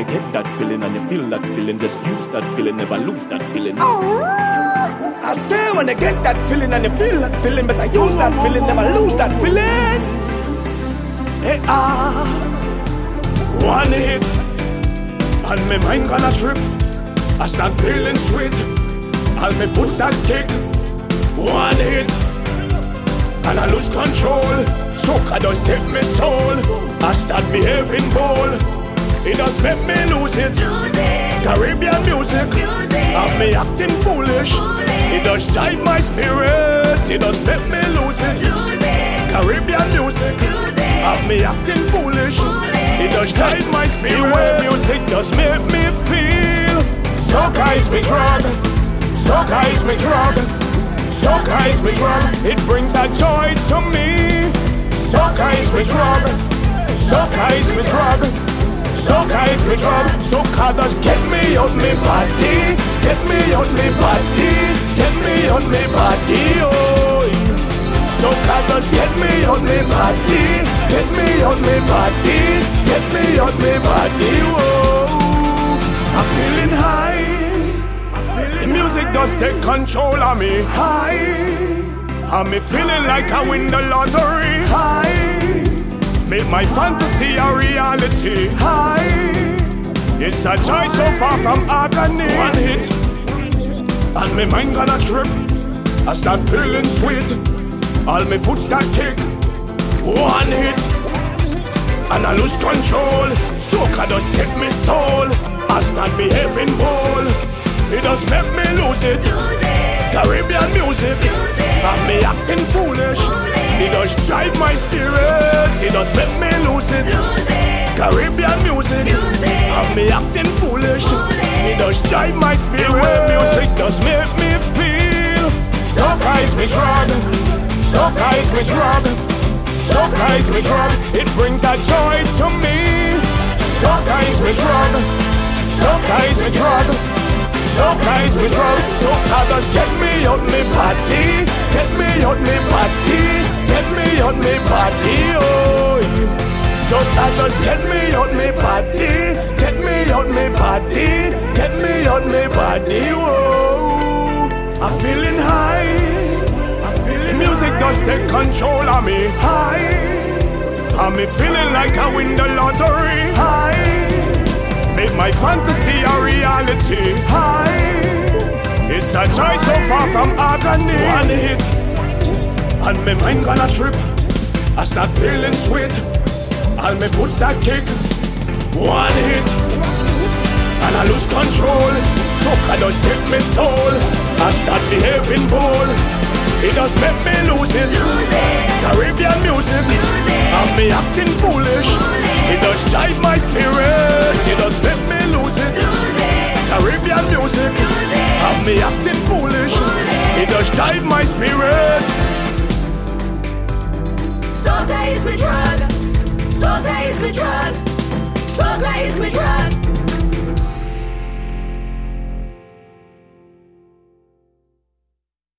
Get that feeling and you feel that feeling. Just use that feeling, never lose that feeling. Oh, I say when I get that feeling and you feel that feeling, but I use that feeling, never lose that feeling. Hey, ah, one hit, and my mind gonna trip. I start feeling sweet, and my foot start kick. One hit, and I lose control. So I don't step my soul. I start behaving bold. It does make me lose it. Caribbean music. Music. Have me acting foolish. Foolish. It does drive my spirit. It does make me lose it. Caribbean music. Have me acting foolish. Foolish. It does drive my spirit. The music does make me feel. Soca is me drug. Soca is me drug. Soca is me drug. It brings a joy to me. Soca is me drug. Soca is me drug. Soca is me drug. Soca does get me on me body. Get me on me body. Get me on me body. Oh, so colors get me on me body, get me on me body, get me on me body. Whoa, I'm feeling high. the music does take control of me. High, I'm feeling like I win the lottery. High, make my fantasy a reality. High, it's a joy so far from agony. One hit, and my mind gonna trip. I start feeling sweet. All my foot start kick. One hit, and I lose control. Soca does take me soul. I start behaving bold. It does make me lose it. Caribbean music. Have me acting foolish. It does drive my spirit. It does make me lose it. Caribbean music. Have me acting foolish. It does drive my spirit. music does make me feel. Soca is me drug. Soca is me drug. Soca is me drug. It brings that joy to me. Soca is me drug. Soca is me drug. Soca is me drug. Soca does get me on me body. Get me on me body. Get me on me body. Oh, yeah. So that does get me on me body, get me on me body, get me on me body. Whoa, I'm feeling high. I'm feeling music does take control of me. High, I'm feeling like I win the lottery. High, make my fantasy a reality. High, it's a joy so far from agony. One hit, and my mind gonna trip. I start feeling sweet. All my foot start kick. One hit, and I lose control. Soca does take me soul. I start behaving bold. It does make me lose it. Caribbean music. I'm me acting foolish. It does drive my spirit. It does make me lose it. Caribbean music. I'm me acting foolish. It does drive my spirit. Soca is my drug. Soca is my drug. Soca is my drug.